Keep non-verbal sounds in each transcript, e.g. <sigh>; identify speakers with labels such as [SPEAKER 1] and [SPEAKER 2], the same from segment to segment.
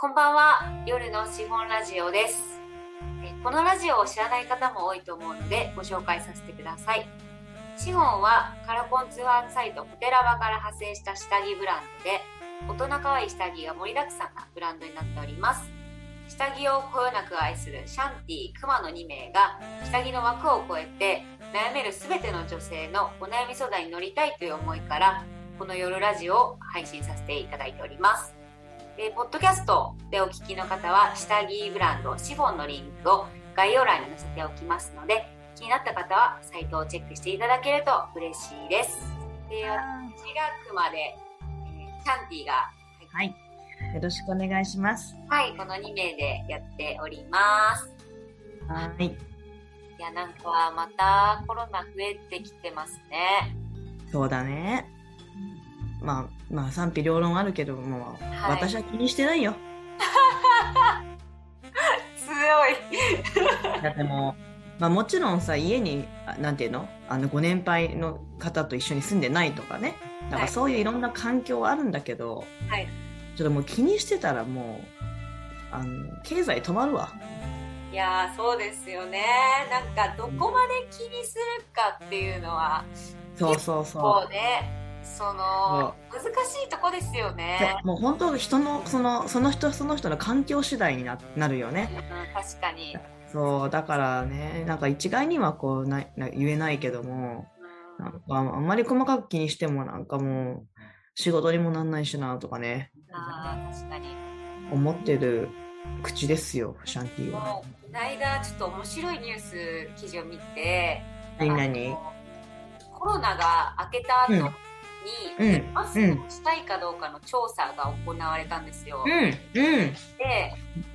[SPEAKER 1] こんばんは夜の資本ラジオですえこのラジオを知らない方も多いと思うのでご紹介させてください資本はカラコン通販サイトホテラバから派生した下着ブランドで大人可愛い下着が盛りだくさんなブランドになっております下着をこよなく愛するシャンティ熊の2名が下着の枠を超えて悩める全ての女性のお悩み相談に乗りたいという思いからこの夜ラジオを配信させていただいておりますえーポッドキャストでお聞きの方は下着ブランドシフォンのリンクを概要欄に載せておきますので気になった方はサイトをチェックしていただけると嬉しいですで私が熊で、えーシャンティが
[SPEAKER 2] はい。よろしくお願いします。
[SPEAKER 1] はいこの2名でやっております
[SPEAKER 2] はい。
[SPEAKER 1] いや、なんか、またコロナ増えてきてますね。
[SPEAKER 2] そうだね。まあ、まあ、賛否両論あるけども、
[SPEAKER 1] はい
[SPEAKER 2] 私は気にしてないよ。
[SPEAKER 1] 強い。
[SPEAKER 2] だってもう、まあもちろんさ、家に、あなんていうのあの、ご年配の方と一緒に住んでないとかね。なん
[SPEAKER 1] は
[SPEAKER 2] か
[SPEAKER 1] い
[SPEAKER 2] そういういろんな環境はあるんだけど、
[SPEAKER 1] はい
[SPEAKER 2] ちょっともう気にしてたらもう、あの、経済止まるわ。
[SPEAKER 1] いやー、そうですよね。なんか、どこまで気にするかっていうのは、
[SPEAKER 2] そうそうそう。
[SPEAKER 1] こうね、その、難しいとこですよね。
[SPEAKER 2] もう本当人の、その、その人その人の環境次第にななるよね。
[SPEAKER 1] うん確かに。
[SPEAKER 2] そうだからねなんか一概にはこうなな言えないけども
[SPEAKER 1] うん
[SPEAKER 2] なんかあんまり細かく気にしてもなんかもう仕事にもなんないしなとかね
[SPEAKER 1] あー確かに。
[SPEAKER 2] 思ってる口ですよシャンティは。
[SPEAKER 1] もう、この間、ちょっと面白いニュース記事を見て、
[SPEAKER 2] 何々
[SPEAKER 1] あのコロナが明けた後に、
[SPEAKER 2] うん
[SPEAKER 1] マスクをしたいかどうかの調査が行われたんですよ。
[SPEAKER 2] うんうん
[SPEAKER 1] で、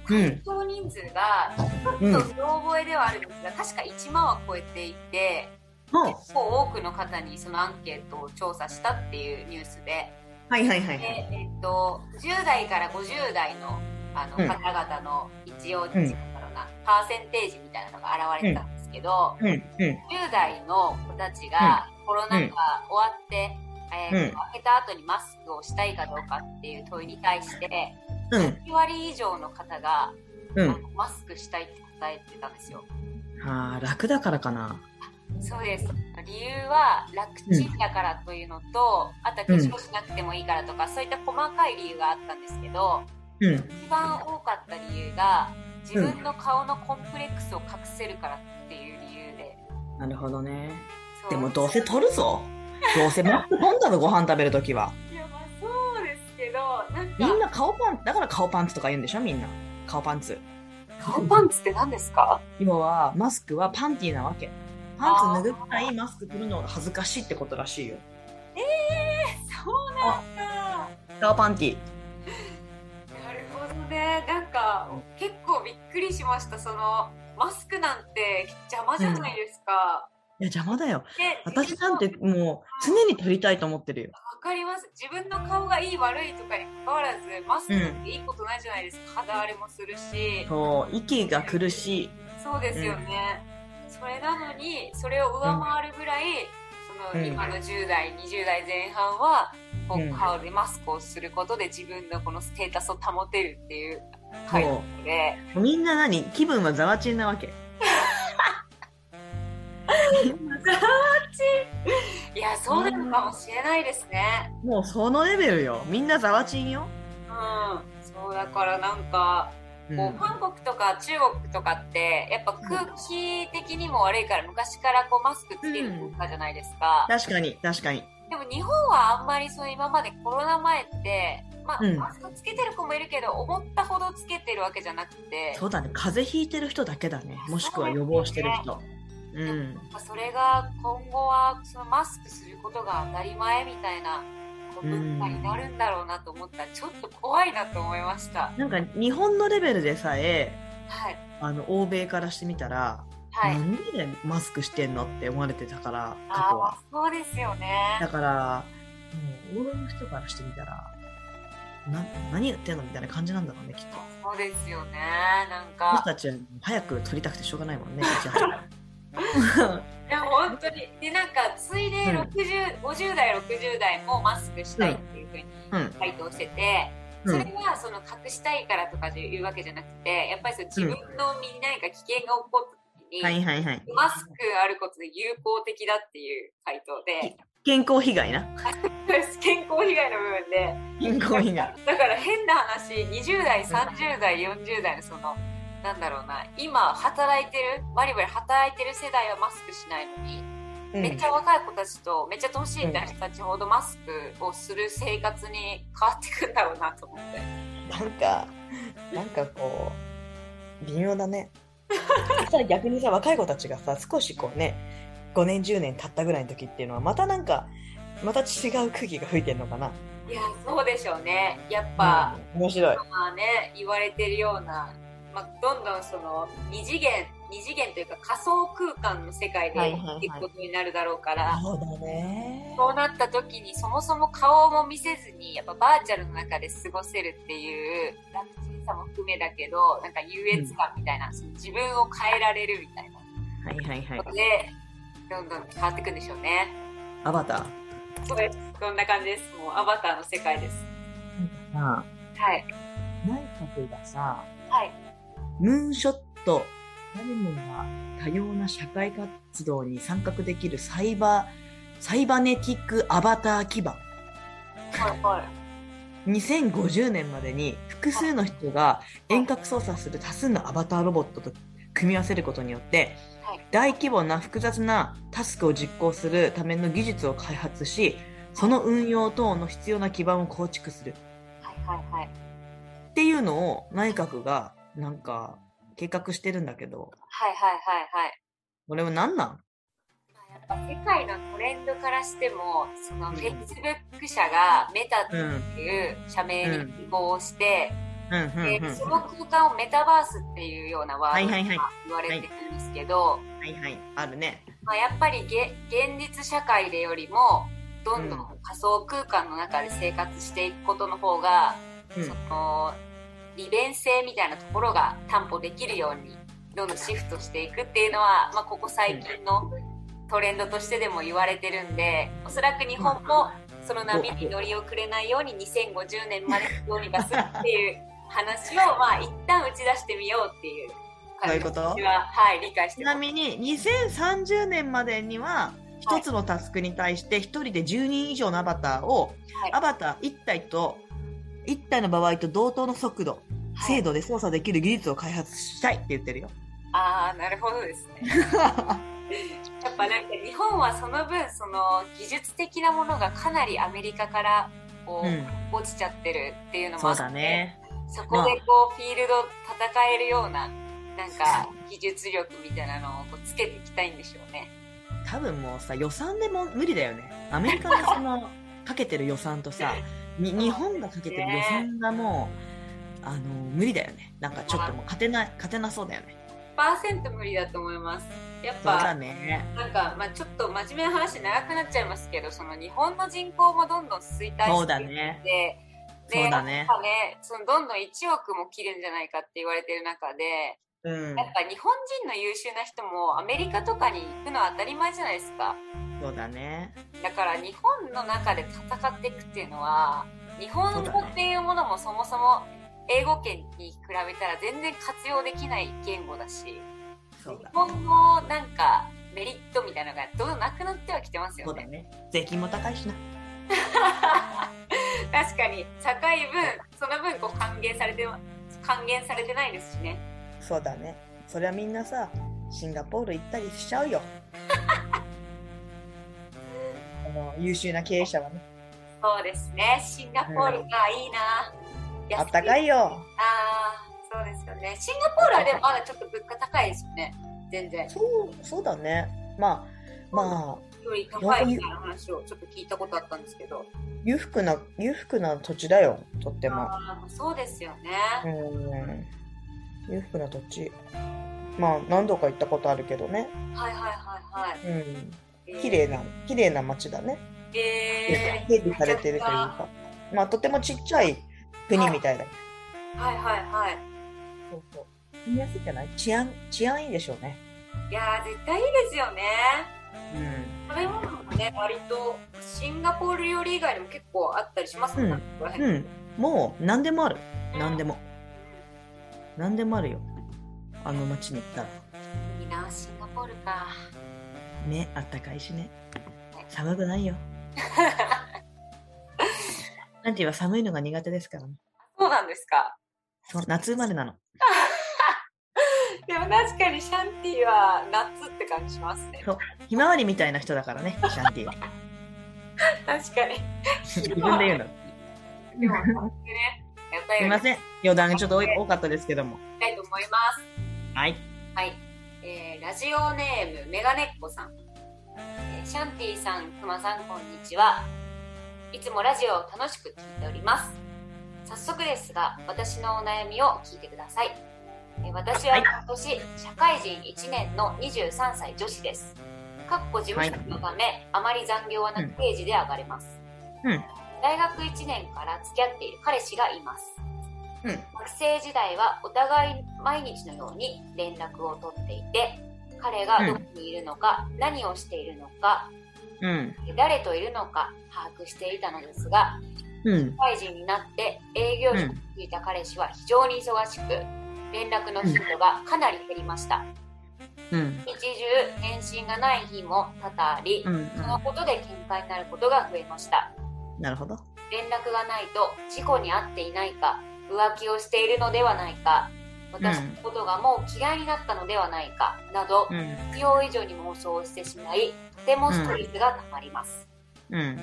[SPEAKER 2] うん
[SPEAKER 1] 少人数が、ち
[SPEAKER 2] う
[SPEAKER 1] ょ
[SPEAKER 2] ん
[SPEAKER 1] っとうろ覚えではあるんですが、確か1万は超えていて、
[SPEAKER 2] も
[SPEAKER 1] 結構多くの方にそのアンケートを調査したっていうニュースで、
[SPEAKER 2] うはいはいは
[SPEAKER 1] で
[SPEAKER 2] い
[SPEAKER 1] えっと、10代から50代のあの
[SPEAKER 2] うん
[SPEAKER 1] 方々の一応、
[SPEAKER 2] ん
[SPEAKER 1] なんだろうな、パーセンテージみたいなのが現れてたんですけど、
[SPEAKER 2] うんうん
[SPEAKER 1] 10代の子たちがコロナ禍終わって、えー
[SPEAKER 2] うん
[SPEAKER 1] 明けた後にマスクをしたいかどうかっていう問いに対して、
[SPEAKER 2] うん
[SPEAKER 1] 1割以上の方が
[SPEAKER 2] う
[SPEAKER 1] あ
[SPEAKER 2] ん
[SPEAKER 1] のマスクしたいって答えてたんですよ。
[SPEAKER 2] あー楽だからかな
[SPEAKER 1] そうです。理由は楽ちんだからというのと、あとは化粧しなくてもいいからとか、そういった細かい理由があったんですけど、
[SPEAKER 2] うん
[SPEAKER 1] 一番多かった理由が、自分の顔のコンプレックスを隠せるからっていう理由で。
[SPEAKER 2] なるほどね
[SPEAKER 1] そう
[SPEAKER 2] でもどうせ取るぞどうせマスク取んだぞご飯食べるときはい
[SPEAKER 1] や、まあそうですけど、なん
[SPEAKER 2] み
[SPEAKER 1] か、
[SPEAKER 2] んな顔パンだから顔パンツとか言うんでしょみんな顔パンツ
[SPEAKER 1] 顔パンツって何ですか
[SPEAKER 2] 要はマスクはパンティーなわけパンツ脱ぐくらいマスクするのが恥ずかしいってことらしいよ
[SPEAKER 1] そうなんだ。
[SPEAKER 2] 顔パンティー
[SPEAKER 1] なるほどね。なんか、結構びっくりしました。その、マスクなんて邪魔じゃないですか。
[SPEAKER 2] いや邪魔だよ
[SPEAKER 1] で
[SPEAKER 2] 私
[SPEAKER 1] 自
[SPEAKER 2] な
[SPEAKER 1] 分
[SPEAKER 2] ん
[SPEAKER 1] の
[SPEAKER 2] てもう常に取りたいと思ってるよ
[SPEAKER 1] わかります自分の顔がいい悪いとかに関わらずマスクっていいことないじゃないですか、肌荒れもするし
[SPEAKER 2] そう息が苦しい
[SPEAKER 1] そうですよね、それなのにそれを上回るぐらい、その
[SPEAKER 2] うん
[SPEAKER 1] 今の10代20代前半はこ
[SPEAKER 2] う
[SPEAKER 1] うん顔でマスクをすることで自分のこのステータスを保てるっていう
[SPEAKER 2] そ
[SPEAKER 1] 回な
[SPEAKER 2] う
[SPEAKER 1] ので
[SPEAKER 2] みんな何気分はざわちんなわけ
[SPEAKER 1] いやそうなのかもしれないですね
[SPEAKER 2] もうそのレベルよみんなざわちんよ、
[SPEAKER 1] うんそうだからなんか
[SPEAKER 2] うん
[SPEAKER 1] こう韓国とか中国とかってやっぱ空気的にも悪いから昔からこうマスクつける文化じゃないですか、
[SPEAKER 2] 確かに確かに
[SPEAKER 1] でも日本はあんまりそう今までコロナ前って、まあ
[SPEAKER 2] うん
[SPEAKER 1] マスクつけてる子もいるけど思ったほどつけてるわけじゃなくて
[SPEAKER 2] そうだね風邪ひいてる人だけだねもしくは予防してる人うん
[SPEAKER 1] それが今後はそのマスクすることが当たり前みたいなこう文化になるんだろうなと思ったらちょっと怖いなと思いました。
[SPEAKER 2] なんか日本のレベルでさえ
[SPEAKER 1] はい、
[SPEAKER 2] あの欧米からしてみたら、
[SPEAKER 1] はい
[SPEAKER 2] なんでねマスクしてんのって思われてたから過
[SPEAKER 1] あ
[SPEAKER 2] 去は
[SPEAKER 1] ーそうですよね。
[SPEAKER 2] だからもう欧米の人からしてみたらな何言ってんのみたいな感じなんだろうねきっと
[SPEAKER 1] そうですよね。なんか。
[SPEAKER 2] 私たちは早く撮りたくてしょうがないもん
[SPEAKER 1] <laughs>
[SPEAKER 2] ね一応
[SPEAKER 1] いや本当にでなんかついで
[SPEAKER 2] うん
[SPEAKER 1] 60、50代60代もマスクしたいっていうふうに
[SPEAKER 2] うん
[SPEAKER 1] 回答してて、それはその隠したいからとかというわけじゃなくてやっぱりその自分の身に何か危険が起こった時に、
[SPEAKER 2] はいはいはい。
[SPEAKER 1] マスクあることで有効的だっていう回答で
[SPEAKER 2] 健康被害な。
[SPEAKER 1] 健康被害の部分で
[SPEAKER 2] 健康被害。
[SPEAKER 1] だから変な話20代30代40代のそのなんだろうな今働いてるバリバリ働いてる世代はマスクしないのに、めっちゃ若い子たちとめっちゃ年いった人たちほどマスクをする生活に変わってくんだろうなと思って。
[SPEAKER 3] なんか、なんかこう、微妙だね。 <laughs> さ逆にさ、若い子たちがさ、少しこうね、5年、10年経ったぐらいの時っていうのは、またなんか、また違う空気が吹いてるのかな。
[SPEAKER 1] いやそうでしょうねやっぱ、
[SPEAKER 3] うん面白い。
[SPEAKER 1] まあね言われてるような、まあ、どんどんその二次元二次元というか仮想空間の世界で
[SPEAKER 3] はいはいはい
[SPEAKER 1] 生きていくことになるだろうから、
[SPEAKER 3] そうだね。
[SPEAKER 1] そうなった時にそもそも顔も見せずにやっぱバーチャルの中で過ごせるっていう楽ちんさも含めだけどなんか優越感みたいな、その自分を変えられるみたいな
[SPEAKER 2] はいはいはい
[SPEAKER 1] こ。とでどんどん変わっていくんでしょうね
[SPEAKER 2] アバター。
[SPEAKER 1] そうですそんな感じですもうアバターの世界です
[SPEAKER 3] あ
[SPEAKER 1] はい
[SPEAKER 3] 内閣がさ、
[SPEAKER 1] はい
[SPEAKER 2] ムーンショット。誰もが多様な社会活動に参画できるサイバー、サイバネティックアバター基盤。
[SPEAKER 1] はいはい
[SPEAKER 2] 2050年までに複数の人が遠隔操作する多数のアバターロボットと組み合わせることによって
[SPEAKER 1] はい
[SPEAKER 2] 大規模な複雑なタスクを実行するための技術を開発しその運用等の必要な基盤を構築する
[SPEAKER 1] はいはいはい
[SPEAKER 2] っていうのを内閣がなんか計画してるんだけど
[SPEAKER 1] はいはいはいはい
[SPEAKER 2] これは何なん
[SPEAKER 1] やっぱ世界のトレンドからしてもその Facebook 社がメタって
[SPEAKER 2] うん
[SPEAKER 1] いう社名に希望して、
[SPEAKER 2] うんうん
[SPEAKER 1] で
[SPEAKER 2] うん
[SPEAKER 1] その空間をメタバースっていうようなワード
[SPEAKER 2] はいはいはい
[SPEAKER 1] が言われてるんですけど、
[SPEAKER 2] はいはいあるね
[SPEAKER 1] まあ、やっぱりげ現実社会でよりもどんど
[SPEAKER 2] うん
[SPEAKER 1] ん仮想空間の中で生活していくことの方が、
[SPEAKER 2] うん
[SPEAKER 1] その利便性みたいなところが担保できるようにどんどんシフトしていくっていうのは、まあ、ここ最近のトレンドとしてでも言われてるんでおそらく日本もその波に乗り遅れないように2050年までどうにかするっていう話をまあ一旦打ち出してみようっていう
[SPEAKER 2] そう
[SPEAKER 1] 感
[SPEAKER 2] いう
[SPEAKER 1] じ
[SPEAKER 2] こ
[SPEAKER 1] で
[SPEAKER 2] と
[SPEAKER 1] 私は、はい、理解し
[SPEAKER 2] ち
[SPEAKER 1] て
[SPEAKER 2] な
[SPEAKER 1] ます。
[SPEAKER 2] みに2030年までには
[SPEAKER 1] はい
[SPEAKER 2] 一つのタスクに対して一人で10人以上のアバターを
[SPEAKER 1] はい
[SPEAKER 2] アバター1体と1体の場合と同等の速度、
[SPEAKER 1] はい
[SPEAKER 2] 精度で操作できる技術を開発したいって
[SPEAKER 1] <laughs>
[SPEAKER 2] 言ってるよ。
[SPEAKER 1] ああなるほどですねやっぱなんか日本はその分その技術的なものがかなりアメリカからこう、
[SPEAKER 2] うん
[SPEAKER 1] 落ちちゃってるっていうのもあってそ,、。こ
[SPEAKER 2] まあ
[SPEAKER 1] でこうフィールド戦えるようななんか技術力みたいなのをこうつけていきたいんでしょうね
[SPEAKER 2] 多分もうさ予算でも無理だよね。アメリカのそのかけてる予算とさ、に日本がかけてる予算がもうあの無理だよね。なんかちょっともう勝てない勝てなそうだよね。
[SPEAKER 1] パーセント無理だと思いますやっ
[SPEAKER 2] そうだ
[SPEAKER 1] ぱ
[SPEAKER 2] ね。
[SPEAKER 1] なんか、まあ、ちょっと真面目な話長くなっちゃいますけどその日本の人口もどんどん衰退していく
[SPEAKER 2] そうだね。
[SPEAKER 1] で、で
[SPEAKER 2] そうだね
[SPEAKER 1] やっぱねそのどんどん1億も切るんじゃないかって言われてる中で、
[SPEAKER 2] うん
[SPEAKER 1] や。っぱ日本人の優秀な人もアメリカとかに行くのは当たり前じゃないですか。
[SPEAKER 2] そうだね。
[SPEAKER 1] だから日本の中で戦っていくっていうのは、日本
[SPEAKER 2] そう
[SPEAKER 1] 語
[SPEAKER 2] だね
[SPEAKER 1] っていうものもそもそも英語圏に比べたら全然活用できない言語だし、
[SPEAKER 2] そうだ
[SPEAKER 1] 日。本のなんかメリットみたいなのがどんどんなくなってはきてます
[SPEAKER 2] そ
[SPEAKER 1] よ
[SPEAKER 2] うだ
[SPEAKER 1] ね。
[SPEAKER 2] ね。税金も高いしな。
[SPEAKER 1] 確かに、高い分、その分こう還元されては、還元されてないですしね。
[SPEAKER 3] そうだね。そりゃみんなさ、シンガポール行ったりしちゃうよ。あの優秀な経営者はね、
[SPEAKER 1] そうですね。シンガポールがいいな。
[SPEAKER 3] あったか
[SPEAKER 1] い。
[SPEAKER 3] いよ。
[SPEAKER 1] ああ、そうですよね。シンガポールはでもまだちょっと物価高いですよね。全然。
[SPEAKER 3] そう、そうだね。まあ、まあ、
[SPEAKER 1] より高いみたいな話をちょっと聞いたことあったんですけど。
[SPEAKER 3] 裕福な、裕福な土地だよ、とっても。
[SPEAKER 1] ああ、そうですよね。
[SPEAKER 3] うん。裕福な土地。まあ、何度か行ったことあるけどね。
[SPEAKER 1] はいはいはいはい。
[SPEAKER 3] うん。
[SPEAKER 1] えー
[SPEAKER 3] 綺。麗な、綺麗な街だね。
[SPEAKER 1] えー
[SPEAKER 3] 整備されてるという
[SPEAKER 1] は
[SPEAKER 3] か。まあ、とてもちっちゃい国みたいだ。
[SPEAKER 1] いはいはい。
[SPEAKER 3] そうそう。住みやすいじゃない治安、治安いいでしょうね。
[SPEAKER 1] いやー、絶対いいですよね。
[SPEAKER 2] う
[SPEAKER 1] 食べ物もね、割とシンガポール料理以外にも結構あったりしますもんね。
[SPEAKER 2] ん。うん。もう何でもある何でも何でもあるよあの街に行ったら
[SPEAKER 1] いいなシンガポールか
[SPEAKER 2] ねあったかいしね寒
[SPEAKER 1] <laughs>
[SPEAKER 2] くないよアンティは寒いのが苦手ですからね
[SPEAKER 1] そうなんですか
[SPEAKER 2] そう夏生まれなの
[SPEAKER 1] でも確かにシャンティは夏って感じしますね
[SPEAKER 2] ひまわりみたいな人だからねシャ
[SPEAKER 1] <laughs>
[SPEAKER 2] ンティは
[SPEAKER 1] 確かに
[SPEAKER 2] 自分で言うの
[SPEAKER 1] でも <laughs> 夏ねやった
[SPEAKER 2] すい
[SPEAKER 1] よ
[SPEAKER 2] ま
[SPEAKER 1] り
[SPEAKER 2] せん余談がちょっと多い多かったですけども
[SPEAKER 1] たいと思います
[SPEAKER 2] はい
[SPEAKER 1] はい、えーラジオネームメガネッコさん、えーシャンティさん、くまさん、こんにちは。いつもラジオを楽しく聞いております。早速ですが、私のお悩みを聞いてください。えー私は
[SPEAKER 2] はい
[SPEAKER 1] 今年、社会人1年の23歳女子です。かっこ事務職のため、あまり残業はなく定時で上がれます。
[SPEAKER 2] うん
[SPEAKER 1] 大学1年から付き合っている彼氏がいます。
[SPEAKER 2] うん
[SPEAKER 1] 学生時代はお互い毎日のように連絡を取っていて彼がどこにいるのか、何をしているのか
[SPEAKER 2] うん
[SPEAKER 1] 誰といるのか把握していたのですが
[SPEAKER 2] うん
[SPEAKER 1] 社会人になって営業職に就いた彼氏は非常に忙しく連絡の頻度がかなり減りました
[SPEAKER 2] うん
[SPEAKER 1] 日中返信がない日も多々あり
[SPEAKER 2] うんうん
[SPEAKER 1] そのことで喧嘩になることが増えました
[SPEAKER 2] なるほど
[SPEAKER 1] 連絡がないと事故に遭っていないか浮気をしているのではないか私のことがもう嫌いになったのではないかなど
[SPEAKER 2] うん
[SPEAKER 1] 必要以上に妄想をしてしまいとてもストレスがたまります、
[SPEAKER 2] うん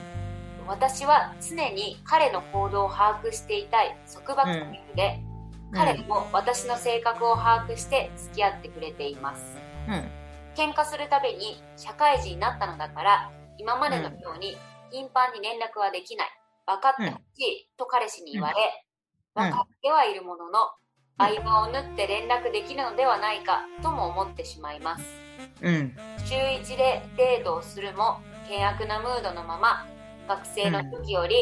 [SPEAKER 1] 私は常に彼の行動を把握していたい束縛欲で、彼も私の性格を把握して付き合ってくれています
[SPEAKER 2] うん
[SPEAKER 1] 喧嘩するたびに社会人になったのだから今までのように頻繁に連絡はできない分かってほしいと彼氏に言われ
[SPEAKER 2] うん
[SPEAKER 1] 分かってはいるものの
[SPEAKER 2] うん
[SPEAKER 1] 合間を縫って連絡できるのではないかとも思ってしまいます
[SPEAKER 2] うん
[SPEAKER 1] 週1でデートをするも険悪なムードのまま学生の時より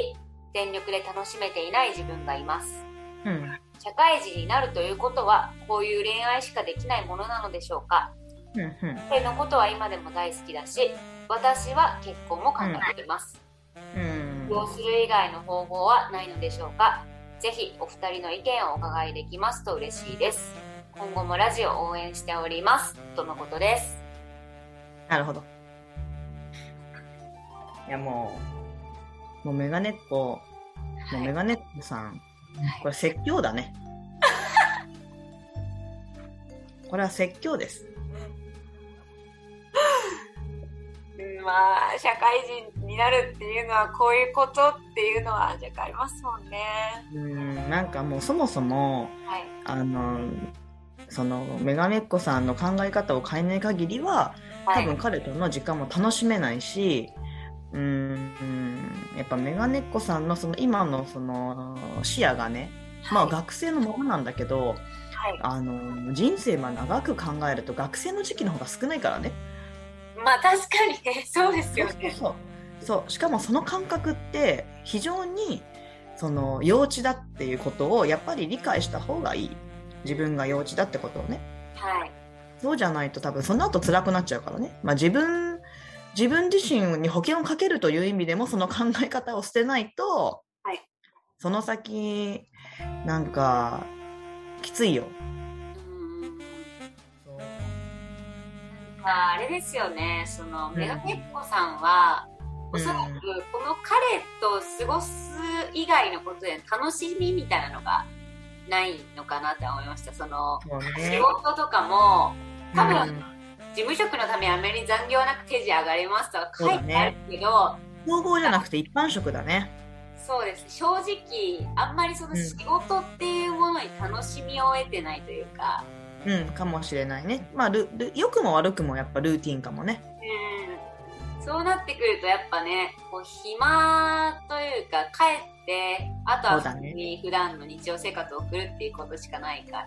[SPEAKER 1] 全力で楽しめていない自分がいます
[SPEAKER 2] うん
[SPEAKER 1] 社会人になるということはこういう恋愛しかできないものなのでしょうか
[SPEAKER 2] うんうん
[SPEAKER 1] 彼のことは今でも大好きだし私は結婚も考えています、
[SPEAKER 2] うん
[SPEAKER 1] どうする以外の方法はないのでしょうかぜひお二人の意見をお伺いできますと嬉しいです今後もラジオを応援しておりますとのことです
[SPEAKER 2] なるほど。いやもう、もうメガネっ子、もうメガネっ子さん、これ説教だね。これは説教です。
[SPEAKER 1] うんまあ社会人になるっていうのはこういうことっていうのはじゃあありますもんね
[SPEAKER 2] うん、なんかもうそもそも、
[SPEAKER 1] はい
[SPEAKER 2] あの、そのメガネっ子さんの考え方を変えない限りは、
[SPEAKER 1] は
[SPEAKER 2] 多
[SPEAKER 1] い
[SPEAKER 2] 分彼との時間も楽しめないし、うーんやっぱメガネっ子さんのその今のその視野がね、まあ、
[SPEAKER 1] はい
[SPEAKER 2] 学生のままなんだけど、
[SPEAKER 1] はい
[SPEAKER 2] あの人生は長く考えると学生の時期の方が少ないからね。
[SPEAKER 1] まあ確かにねそうです
[SPEAKER 2] そ
[SPEAKER 1] よ
[SPEAKER 2] うそう
[SPEAKER 1] ね
[SPEAKER 2] そうそうしかもその感覚って非常にその幼稚だっていうことをやっぱり理解した方がいい自分が幼稚だってことをね。
[SPEAKER 1] はい
[SPEAKER 2] そうじゃないと多分その後辛くなっちゃうからね。まあ自分、自分自身に保険をかけるという意味でもその考え方を捨てないと、
[SPEAKER 1] はい
[SPEAKER 2] その先、なんか、きついよ。
[SPEAKER 1] うんまあ、あれですよねその
[SPEAKER 2] ん
[SPEAKER 1] メガネっ子さんは、おそらく
[SPEAKER 2] うん
[SPEAKER 1] この彼と過ごす以外のことで楽しみみたいなのがないのかなとは思いましたその
[SPEAKER 2] そう
[SPEAKER 1] 仕
[SPEAKER 2] ね。
[SPEAKER 1] 事とかも多分
[SPEAKER 2] うん
[SPEAKER 1] 事務職のためあまり残業なく定時上がりますとは書いてあるけど、
[SPEAKER 2] 総合じゃなくて一般職だね。
[SPEAKER 1] そうです正直あんまりその仕事っていうものに楽しみを得てないというか、
[SPEAKER 2] うん、かもしれないね。まあ、ルル良くも悪くもやっぱルーティンかもね。
[SPEAKER 1] うんそうなってくるとやっぱねこう暇というか帰ってあとは
[SPEAKER 2] そうだね
[SPEAKER 1] 普通に普段の日常生活を送るっていうことしかないから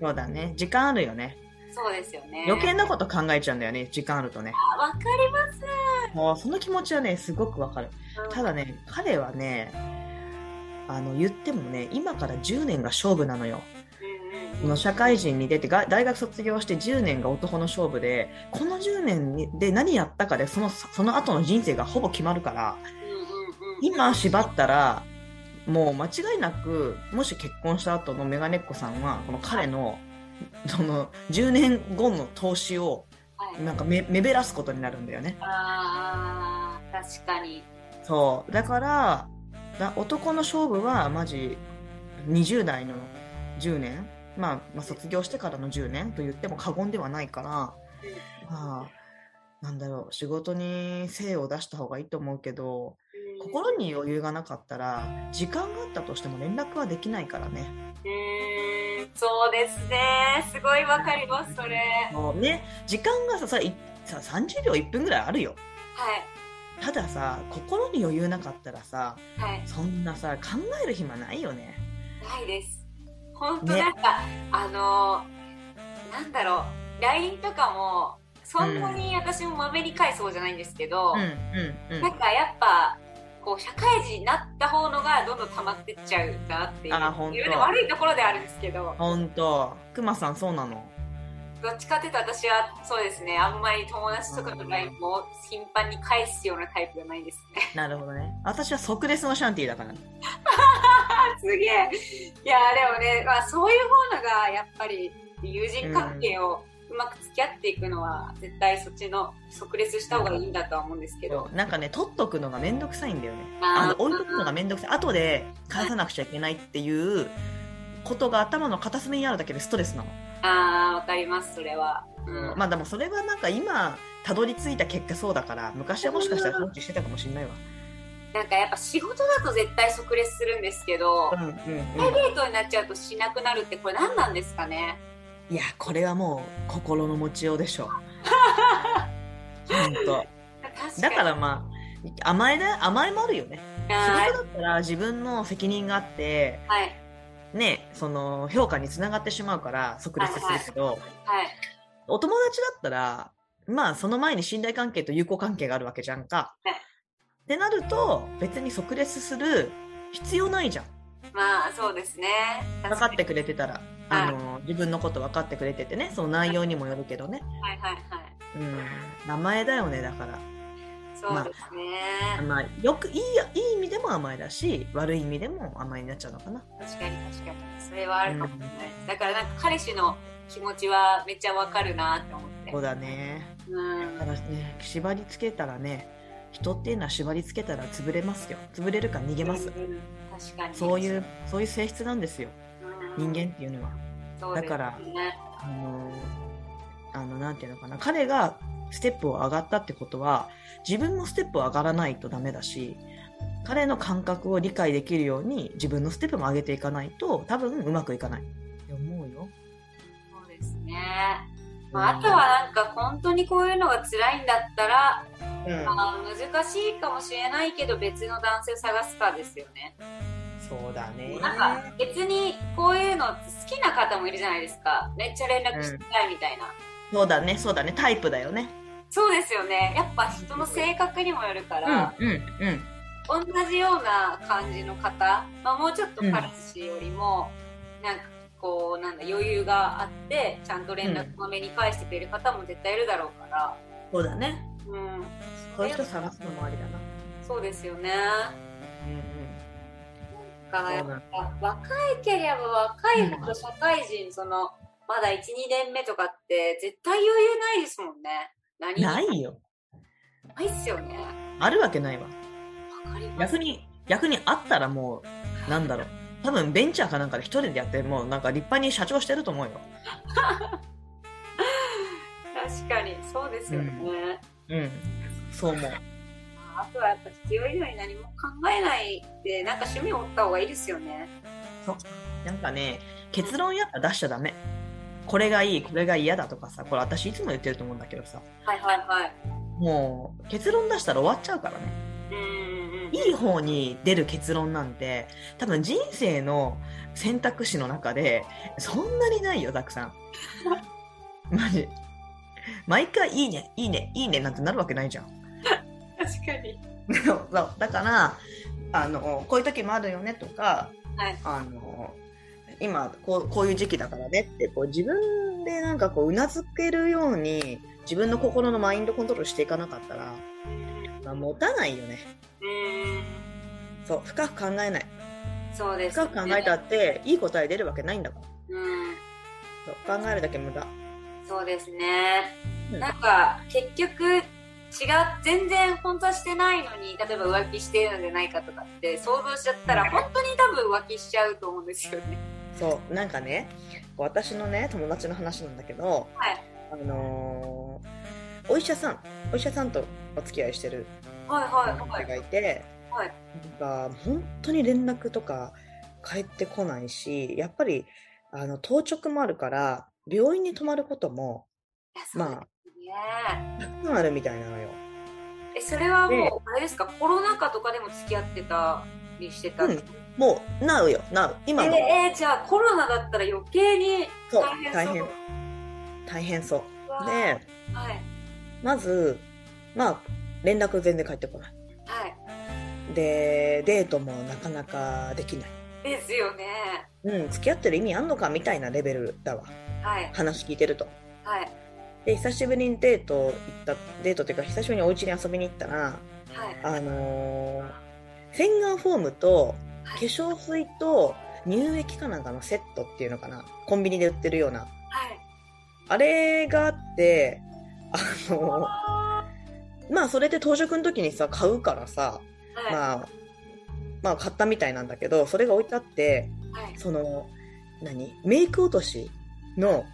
[SPEAKER 2] そうだね。時間あるよね。
[SPEAKER 1] そうですよね
[SPEAKER 2] 余計なこと考えちゃうんだよね。時間あるとね。
[SPEAKER 1] あわかります
[SPEAKER 2] もうその気持ちはね、すごくわかる。ただね、彼はね、あの言ってもね、今から10年が勝負なのよ。
[SPEAKER 1] うん
[SPEAKER 2] この社会人に出て、が大学卒業して10年が男の勝負で、この10年にで何やったかでその、その後の人生がほぼ決まるから、
[SPEAKER 1] うんうんうんうんうん
[SPEAKER 2] 今縛ったら、もう間違いなくもし結婚した後のメガネっ子さんはこの彼のその10年後の投資を
[SPEAKER 1] はい、
[SPEAKER 2] なんかめ目減らすことになるんだよね
[SPEAKER 1] あー確かに
[SPEAKER 2] そうだからだ男の勝負はマジ20代の10年、まあ、まあ卒業してからの10年と言っても過言ではないから、まあなんだろう仕事に精を出した方がいいと思うけど心に余裕がなかったら時間があったとしても連絡はできないからね
[SPEAKER 1] うんそうですねすごいわかりますそれはい
[SPEAKER 2] もうね時間がささいさ30秒1分ぐらいあるよたださ心に余裕なかったらさ
[SPEAKER 1] はい
[SPEAKER 2] そんなさ考える暇ないよね
[SPEAKER 1] ないです本当なんか、あのーなんだろう LINE とかもそんなに私もまめに返そうじゃないんですけど、
[SPEAKER 2] うんうんうん
[SPEAKER 1] なんかやっぱこう社会人になった方のがどんどん溜まってっちゃうなっていう
[SPEAKER 2] あーほんと
[SPEAKER 1] 自分の悪いところではあるんですけど
[SPEAKER 2] ほんとくまさんそうなの
[SPEAKER 1] どっちかっていうと私はそうですねあんまり友達とかの LINE も頻繁に返すようなタイプじゃないですね
[SPEAKER 2] なるほどね私は即レスのシャンティーだから
[SPEAKER 1] すげえいやーでもね、まあ、そういう方のがやっぱり友人関係をうまく付き合っていくのは絶対そっちの即レスした方がいいんだとは思うんですけど、
[SPEAKER 2] なんかね取っとくのがめんどくさいんだよねあ
[SPEAKER 1] ま
[SPEAKER 2] の置いとくのがめんどくさい後で返さなくちゃいけないっていうことが頭の片隅にあるだけでストレスなの、
[SPEAKER 1] ああーわかりますそれは、うん
[SPEAKER 2] まあでもそれはなんか今たどり着いた結果そうだから昔はもしかしたら放置してたかもしれないわ
[SPEAKER 1] なんかやっぱ仕事だと絶対即レスするんですけど、
[SPEAKER 2] うんうん
[SPEAKER 1] プライベートになっちゃうとしなくなるってこれ何なんですかね
[SPEAKER 2] いやこれはもう心の持ちようで <laughs> しょう本当
[SPEAKER 1] 確
[SPEAKER 2] だか
[SPEAKER 1] に
[SPEAKER 2] らまあ甘えだ甘えもあるよね仕
[SPEAKER 1] あ
[SPEAKER 2] 事だったら自分の責任があって
[SPEAKER 1] ーはい
[SPEAKER 2] ねその評価につながってしまうから即立するけど、
[SPEAKER 1] はい
[SPEAKER 2] お友達だったら、まあ、その前に信頼関係と友好関係があるわけじゃんか。
[SPEAKER 1] はい
[SPEAKER 2] ってなると、別に即レスする必要ないじゃん。
[SPEAKER 1] まあそうですね
[SPEAKER 2] 分かっ
[SPEAKER 1] 確
[SPEAKER 2] てくれてたら。あの、自分のこと分かってくれててね、その内容にもよるけどね。
[SPEAKER 1] にはいはいはい
[SPEAKER 2] うん。名前だよね、だから。
[SPEAKER 1] そうですね、
[SPEAKER 2] まあ、よく、いいや、いい意味でも甘えだし、悪い意味でも甘えになっちゃうのかな。
[SPEAKER 1] 確かに確かにそれはあるかもしれないです、だからなんか彼氏の気持ちはめっちゃわかるなって思って
[SPEAKER 2] そうだね。
[SPEAKER 1] うん
[SPEAKER 2] だからね、縛りつけたらね、人っていうのは縛りつけたら潰れますよ。潰れるか逃げます。
[SPEAKER 1] うん確かに
[SPEAKER 2] そう
[SPEAKER 1] う
[SPEAKER 2] いう、そういう性質なんですよ。人
[SPEAKER 1] ん
[SPEAKER 2] 間っていうのは。
[SPEAKER 1] そうですね
[SPEAKER 2] だからあの、あの、なんていうのかな、彼がステップを上がったってことは、自分もステップを上がらないとダメだし、彼の感覚を理解できるように自分のステップも上げていかないと、多分うまくいかない。って思うよ。
[SPEAKER 1] そうですねまあ、あとはなんか本当にこういうのが辛いんだったら
[SPEAKER 2] うん、
[SPEAKER 1] まあ、難しいかもしれないけど別の男性を探すかですよね
[SPEAKER 2] そうだね
[SPEAKER 1] なんか別にこういうの好きな方もいるじゃないですかめっちゃ連絡したいみたいな、
[SPEAKER 2] そうだね、そうだね、タイプだよね。
[SPEAKER 1] そうですよねやっぱ人の性格にもよるか
[SPEAKER 2] う
[SPEAKER 1] ら、、
[SPEAKER 2] うん、うん。
[SPEAKER 1] 同じような感じの方、まあ、もうちょっと彼氏よりもなんかこうなんだ余裕があってちゃんと連絡まめに返してくれる方も絶対いるだろうから
[SPEAKER 2] そうだね。
[SPEAKER 1] うん
[SPEAKER 2] そういう人探すのもありだな。
[SPEAKER 1] そうですよね
[SPEAKER 2] うんうん。
[SPEAKER 1] だから
[SPEAKER 2] そうだ
[SPEAKER 1] 若いければ若いほど社会人そのまだ12年目とかって絶対余裕ないですもんね何にも
[SPEAKER 2] ないよ。
[SPEAKER 1] ないっすよね
[SPEAKER 2] あるわけないわ。
[SPEAKER 1] わかります
[SPEAKER 2] 逆に逆にあったらもうなんだろう多分ベンチャーかなんかで一人でやってもうなんか立派に社長してると思うよ
[SPEAKER 1] 確かにそうですよね、
[SPEAKER 2] うんそう思う
[SPEAKER 1] まああとはやっぱ必要以上に何も考えないでなんか趣味を持った方がいいですよね
[SPEAKER 2] なんかね結論やっぱ出しちゃダメこれがいいこれが嫌だとかさこれ私いつも言ってると思うんだけどさ
[SPEAKER 1] はいはいはい
[SPEAKER 2] もう結論出したら終わっちゃうからね
[SPEAKER 1] うんうんうん
[SPEAKER 2] いい方に出る結論なんて多分人生の選択肢の中でそんなにないよたくさ <laughs> んマジ毎回いいねいいねいいねなんてなるわけないじゃん
[SPEAKER 1] 確かに
[SPEAKER 2] <laughs> そうそうだからあのこういう時もあるよねとか、
[SPEAKER 1] はい
[SPEAKER 2] あの今こうこういう時期だからねってこう自分でなんかこううなずけるように自分の心のマインドコントロールしていかなかったら、
[SPEAKER 1] うん
[SPEAKER 2] まあ、持たないよね
[SPEAKER 1] うん
[SPEAKER 2] そう深く考えない
[SPEAKER 1] そうです
[SPEAKER 2] 深
[SPEAKER 1] よ
[SPEAKER 2] く
[SPEAKER 1] ね、
[SPEAKER 2] 考えたっていい答え出るわけないんだから
[SPEAKER 1] う
[SPEAKER 2] そう考えるだけ無駄
[SPEAKER 1] んそうですね、
[SPEAKER 2] うん
[SPEAKER 1] なんか結局違う全然本当はしてないのに例えば浮気してるのじゃないかとかって想像しちゃったら本当に多分浮気しちゃうと思うんですよね
[SPEAKER 2] そうなんかね私のね友達の話なんだけど、
[SPEAKER 1] はい
[SPEAKER 2] あのーお医者さんお医者さんとお付き合いしてる
[SPEAKER 1] はいはいは
[SPEAKER 2] 方
[SPEAKER 1] い
[SPEAKER 2] がいて、
[SPEAKER 1] はい
[SPEAKER 2] なんか本当に連絡とか返ってこないしやっぱりあの当直もあるから病院に泊まることも
[SPEAKER 1] いやそうです
[SPEAKER 2] ま
[SPEAKER 1] ね
[SPEAKER 2] あたくさんあるみたいなのよ。
[SPEAKER 1] えそれは
[SPEAKER 2] で
[SPEAKER 1] もうあれですかコロナ禍とかでも付き合ってたりしてたんですか
[SPEAKER 2] もう Now よ Now 今の
[SPEAKER 1] えーじゃあコロナだったら余計に
[SPEAKER 2] そう
[SPEAKER 1] 大
[SPEAKER 2] 大
[SPEAKER 1] 変
[SPEAKER 2] 変
[SPEAKER 1] そう
[SPEAKER 2] 大変そう
[SPEAKER 1] わ
[SPEAKER 2] う。
[SPEAKER 1] ー
[SPEAKER 2] で
[SPEAKER 1] はい
[SPEAKER 2] まずまあ連絡全然返ってこない。
[SPEAKER 1] はい
[SPEAKER 2] でデートもなかなかできない。
[SPEAKER 1] ですよね
[SPEAKER 2] うん、付き合ってる意味あんのかみたいなレベルだわ
[SPEAKER 1] はい
[SPEAKER 2] 話聞いてると
[SPEAKER 1] はい
[SPEAKER 2] で久しぶりにデート行ったデートっていうか久しぶりにお家に遊びに行ったら
[SPEAKER 1] はい
[SPEAKER 2] あのー洗顔フォームと化
[SPEAKER 1] はい
[SPEAKER 2] 粧水と乳液かなんかのセットっていうのかなコンビニで売ってるような
[SPEAKER 1] はい
[SPEAKER 2] あれがあってあのーまあそれで当直の時にさ買うからさ
[SPEAKER 1] はい
[SPEAKER 2] まあまあ買ったみたいなんだけどそれが置いてあって
[SPEAKER 1] はい
[SPEAKER 2] その何メイク落としの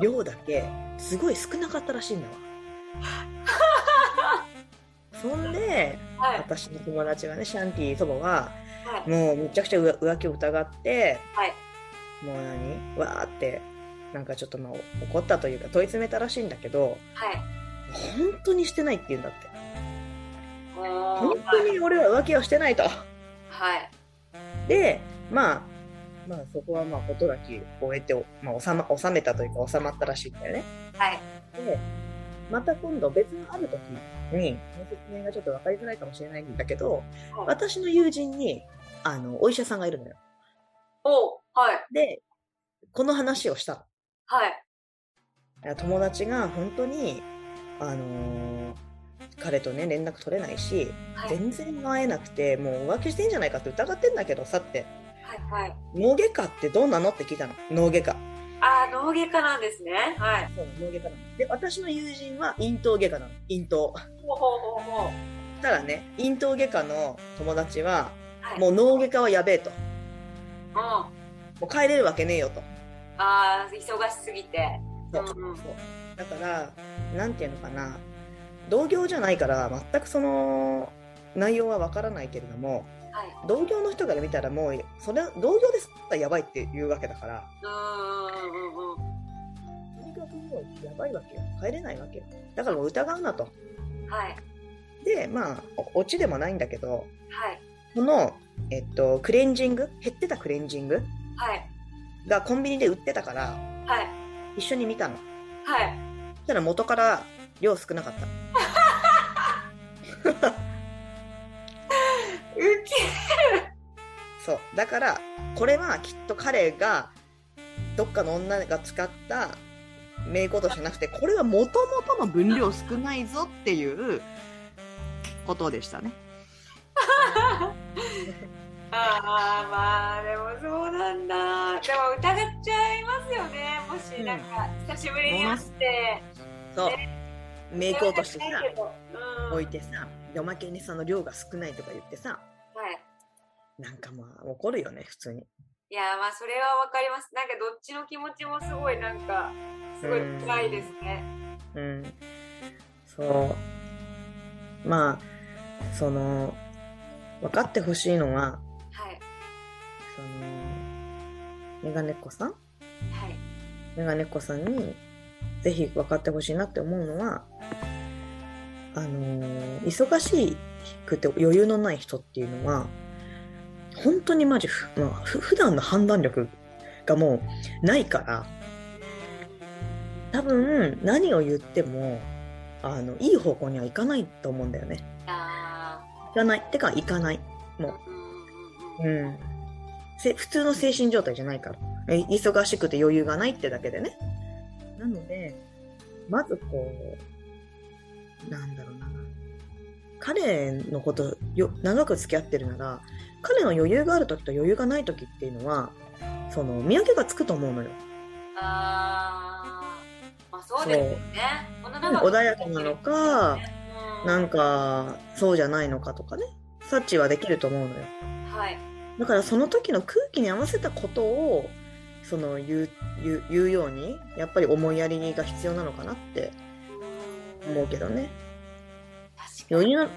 [SPEAKER 2] 量だけすごい少なかったらしい
[SPEAKER 1] <laughs>
[SPEAKER 2] んだわそんで
[SPEAKER 1] はい
[SPEAKER 2] 私の友達はねシャンティ祖母は
[SPEAKER 1] はい
[SPEAKER 2] もうめちゃくちゃ浮浮気を疑って
[SPEAKER 1] はい
[SPEAKER 2] もう何わーってなんかちょっとまあ怒ったというか問い詰めたらしいんだけど
[SPEAKER 1] はい
[SPEAKER 2] 本当にしてないって言うんだって
[SPEAKER 1] おー
[SPEAKER 2] 本当に俺は浮気をしてないと
[SPEAKER 1] はい
[SPEAKER 2] でまあまあそこはまあ事なきを得て、まあ、収ま収めたというか収まったらしいんだよね
[SPEAKER 1] はい
[SPEAKER 2] でまた今度別のある時にこの説明がちょっと分かりづらいかもしれないんだけど、
[SPEAKER 1] はい
[SPEAKER 2] 私の友人にあのお医者さんがいるのよ
[SPEAKER 1] おはい
[SPEAKER 2] でこの話をしたの
[SPEAKER 1] はい
[SPEAKER 2] えー友達が本当にあのー彼とね連絡取れないし
[SPEAKER 1] はい
[SPEAKER 2] 全然会えなくてもう浮気してんじゃないかって疑ってんだけどさって
[SPEAKER 1] はいはい
[SPEAKER 2] 脳外科ってどうなのって聞いたの脳外科
[SPEAKER 1] あー脳外科なんですねはい
[SPEAKER 2] そうなの脳外科なので私の友人は咽頭外科なの咽
[SPEAKER 1] ほ
[SPEAKER 2] 頭
[SPEAKER 1] うほうほうほう
[SPEAKER 2] たらね咽頭外科の友達は
[SPEAKER 1] はい
[SPEAKER 2] もう脳外科はやべえと
[SPEAKER 1] うんあ
[SPEAKER 2] もう帰れるわけねえよと
[SPEAKER 1] あー忙しすぎて
[SPEAKER 2] そう
[SPEAKER 1] うんうん
[SPEAKER 2] そうだからなんていうのかな同業じゃないから全くその内容はわからないけれども
[SPEAKER 1] はい
[SPEAKER 2] 同業の人から見たらもうそれ同業ですったらやばいって言うわけだから
[SPEAKER 1] うんうんうんうんう
[SPEAKER 2] とにかくもうやばいわけよ帰れないわけよだからもう疑うなと
[SPEAKER 1] んはい
[SPEAKER 2] でまあおオチでもないんだけど
[SPEAKER 1] はい
[SPEAKER 2] この、えっと、クレンジング減ってたクレンジング
[SPEAKER 1] はい
[SPEAKER 2] がコンビニで売ってたから
[SPEAKER 1] はい
[SPEAKER 2] 一緒に見たの
[SPEAKER 1] はい
[SPEAKER 2] そしたら元から量少なかった
[SPEAKER 1] ウケ
[SPEAKER 2] そうだからこれはきっと彼がどっかの女が使った名イク落としじゃなくてこれはもともとの分量少ないぞっていうことでしたね
[SPEAKER 1] ああまあでもそうなんだでも疑っちゃいますよねもしなんか久しぶりに会って
[SPEAKER 2] そうメイク落としさ
[SPEAKER 1] ないけどうんは
[SPEAKER 2] 置い
[SPEAKER 1] い
[SPEAKER 2] てさおまけにその量が少ないとか言ってさなんかまあ怒るよね普通に
[SPEAKER 1] いやまあそれはわかりますなんかどっちの気持ちもすごいなんかすごい辛いですね
[SPEAKER 2] うんそうまあその分かってほしいのは
[SPEAKER 1] はい
[SPEAKER 2] そのメガネっ子さん
[SPEAKER 1] はい
[SPEAKER 2] メガネっ子さんにぜひ分かってほしいなって思うのはあのー忙しくて余裕のない人っていうのは本当にマジふ、まあ、ふ普段の判断力がもうないから多分何を言ってもあのいい方向にはいかないと思うんだよね。
[SPEAKER 1] ああ
[SPEAKER 2] いかないてかいかない。
[SPEAKER 1] うんうんうんうん
[SPEAKER 2] うん、せ普通の精神状態じゃないからえ忙しくて余裕がないってだけでねなのでまずこうなんだろうな彼のことよ長く付き合ってるなら彼の余裕がある時と余裕がない時っていうのはその見分けがつくと思うのよ
[SPEAKER 1] あーまあそうですよね。この中で
[SPEAKER 2] 穏やかなのか
[SPEAKER 1] うん
[SPEAKER 2] なんかそうじゃないのかとかね察知はできると思うのよ
[SPEAKER 1] はい。
[SPEAKER 2] だからその時の空気に合わせたことをその言う言う言うようにやっぱり思いやりが必要なのかなって思うけどね
[SPEAKER 1] 確かに。
[SPEAKER 2] 余裕の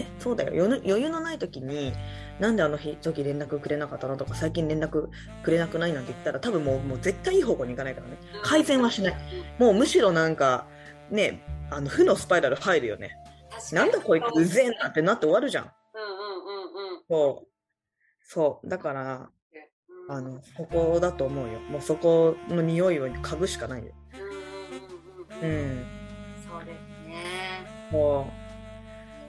[SPEAKER 2] ねそうだよ余裕余裕のない時になんであの日時連絡くれなかったのとか最近連絡くれなくないなんて言ったら多分もうもう絶対いい方向に行かないからね改善はしないもうむしろなんかねあの負のスパイラル入るよね
[SPEAKER 1] 確かに。
[SPEAKER 2] なんだこいつうぜえなってなって終わるじゃん
[SPEAKER 1] うんうんうんうん
[SPEAKER 2] そうそうだから
[SPEAKER 1] うん。
[SPEAKER 2] あのそこだと思うよもうそこの匂いを嗅ぐしかないよ
[SPEAKER 1] うんうんうん
[SPEAKER 2] う
[SPEAKER 1] うん。
[SPEAKER 2] ん
[SPEAKER 1] そうですね。
[SPEAKER 2] も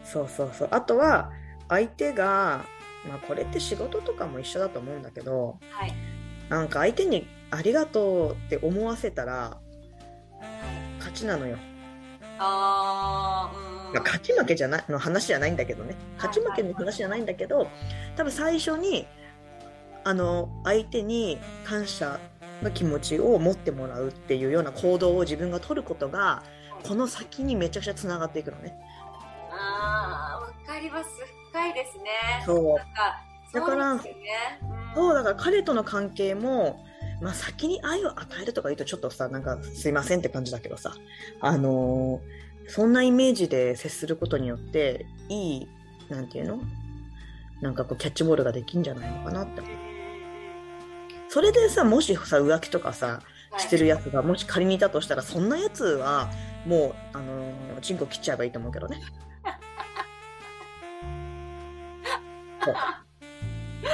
[SPEAKER 2] うそうそうそうあとは相手がまあこれって仕事とかも一緒だと思うんだけど
[SPEAKER 1] はい。
[SPEAKER 2] なんか相手にありがとうって思わせたら勝ちなのよ、
[SPEAKER 1] ああ、うんうん。
[SPEAKER 2] まあ、勝ち負けじゃないの話じゃないんだけどね勝ち負けの話じゃないんだけど多分最初にあの相手に感謝の気持ちを持ってもらうっていうような行動を自分が取ることがこの先にめちゃくちゃつながっていくのね。
[SPEAKER 1] ああ、わかります。深いですね。
[SPEAKER 2] そ
[SPEAKER 1] な
[SPEAKER 2] う
[SPEAKER 1] んか、
[SPEAKER 2] だから
[SPEAKER 1] そうですよね。うん
[SPEAKER 2] そうだから彼との関係も、まあ、先に愛を与えるとか言うとちょっとさなんかすいませんって感じだけどさ、あのーそんなイメージで接することによっていいなんていうのなんかこうキャッチボールができんじゃないのかなってそれでさもしさ浮気とかさしてるやつがもし仮にいたとしたらそんなやつはもう、あのー、チンコ切っちゃえばいいと思う
[SPEAKER 1] <laughs>
[SPEAKER 2] けどね。そう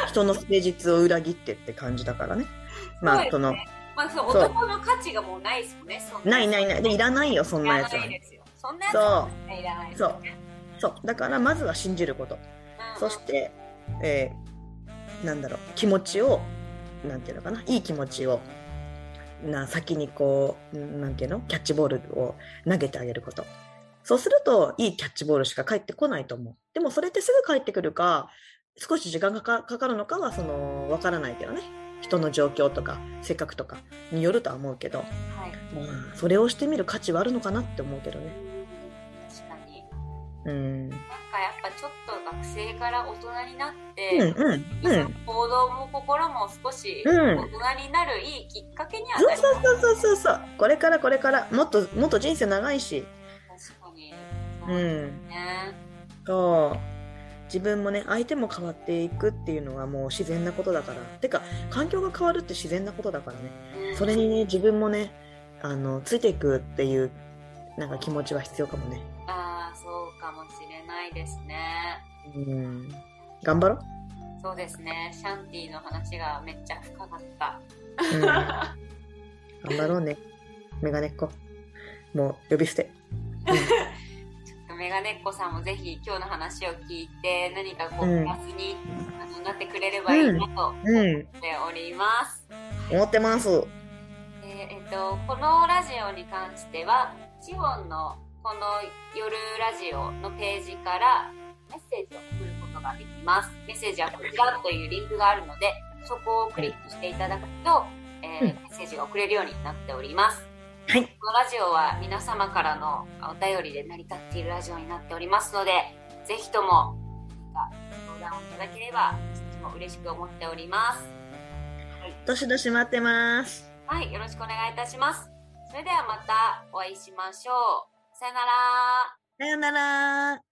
[SPEAKER 2] 人の誠実を裏切ってって感じだからね。まあ、
[SPEAKER 1] そうですね
[SPEAKER 2] その、
[SPEAKER 1] まあ、そう
[SPEAKER 2] そう
[SPEAKER 1] 男の価値がもうないですもんね。そん
[SPEAKER 2] ないないない。で、いら
[SPEAKER 1] い。
[SPEAKER 2] ないよ、そん
[SPEAKER 1] い
[SPEAKER 2] な
[SPEAKER 1] ら
[SPEAKER 2] やつ
[SPEAKER 1] な。
[SPEAKER 2] はい
[SPEAKER 1] ですよ。そんなやつ
[SPEAKER 2] そ
[SPEAKER 1] はいらないです
[SPEAKER 2] そうそう。だから、まずは信じること。
[SPEAKER 1] うんうん
[SPEAKER 2] そして、えーなんだろう、気持ちを、なんていうのかな、いい気持ちを、な先にこう、んなんていうの、キャッチボールを投げてあげること。そうすると、いいキャッチボールしか返ってこないと思う。でも、それってすぐ返ってくるか、少し時間がかかかるのかは、その、わからないけどね。人の状況とか、性格とかによるとは思うけど、
[SPEAKER 1] はい。
[SPEAKER 2] まあそれをしてみる価値はあるのかなって思うけどね。
[SPEAKER 1] 確かに。
[SPEAKER 2] うん。
[SPEAKER 1] なんかやっぱちょっと学生から大人になっ
[SPEAKER 2] うん、
[SPEAKER 1] て、
[SPEAKER 2] うん、うん。
[SPEAKER 1] 行動も心も少し
[SPEAKER 2] うん
[SPEAKER 1] 大人になるいいきっかけには
[SPEAKER 2] そ
[SPEAKER 1] な
[SPEAKER 2] う
[SPEAKER 1] ります
[SPEAKER 2] そうそうそうそうそうこれからこれからもっともっと人生長いし
[SPEAKER 1] 確かに。
[SPEAKER 2] う
[SPEAKER 1] ね。
[SPEAKER 2] んそう自分もね相手も変わっていくっていうのはもう自然なことだからてか環境が変わるって自然なことだから
[SPEAKER 1] う
[SPEAKER 2] ね
[SPEAKER 1] ん
[SPEAKER 2] それにね自分もねあのついていくっていうなんか気持ちは必要かもね
[SPEAKER 1] ああ、そうかもしれないですね。
[SPEAKER 2] うん頑張ろう、
[SPEAKER 1] そうですね。シャンティの話がめっちゃ深かった。
[SPEAKER 2] うん <laughs> 頑張ろうねメガネっ子もう呼び捨て
[SPEAKER 1] メガネっ子さんもぜひ今日の話を聞いて何かこう
[SPEAKER 2] うん
[SPEAKER 1] プラスに、あのなってくれればいいなと思っ
[SPEAKER 2] うん
[SPEAKER 1] ております。
[SPEAKER 2] 思ってます
[SPEAKER 1] えーえっとこのラジオに関してはシオンのこの夜ラジオのページからメッセージを送ることができますメッセージはこちらというリンクがあるのでそこをクリックしていただくと、えー
[SPEAKER 2] うん
[SPEAKER 1] メッセージが送れるようになっております
[SPEAKER 2] はい
[SPEAKER 1] このラジオは皆様からのお便りで成り立っているラジオになっておりますのでぜひともご覧をいただければとても嬉しく思っております
[SPEAKER 2] どしどし待ってます
[SPEAKER 1] はい、よろしくお願いいたします。それではまたお会いしましょう。さよなら。
[SPEAKER 2] さよなら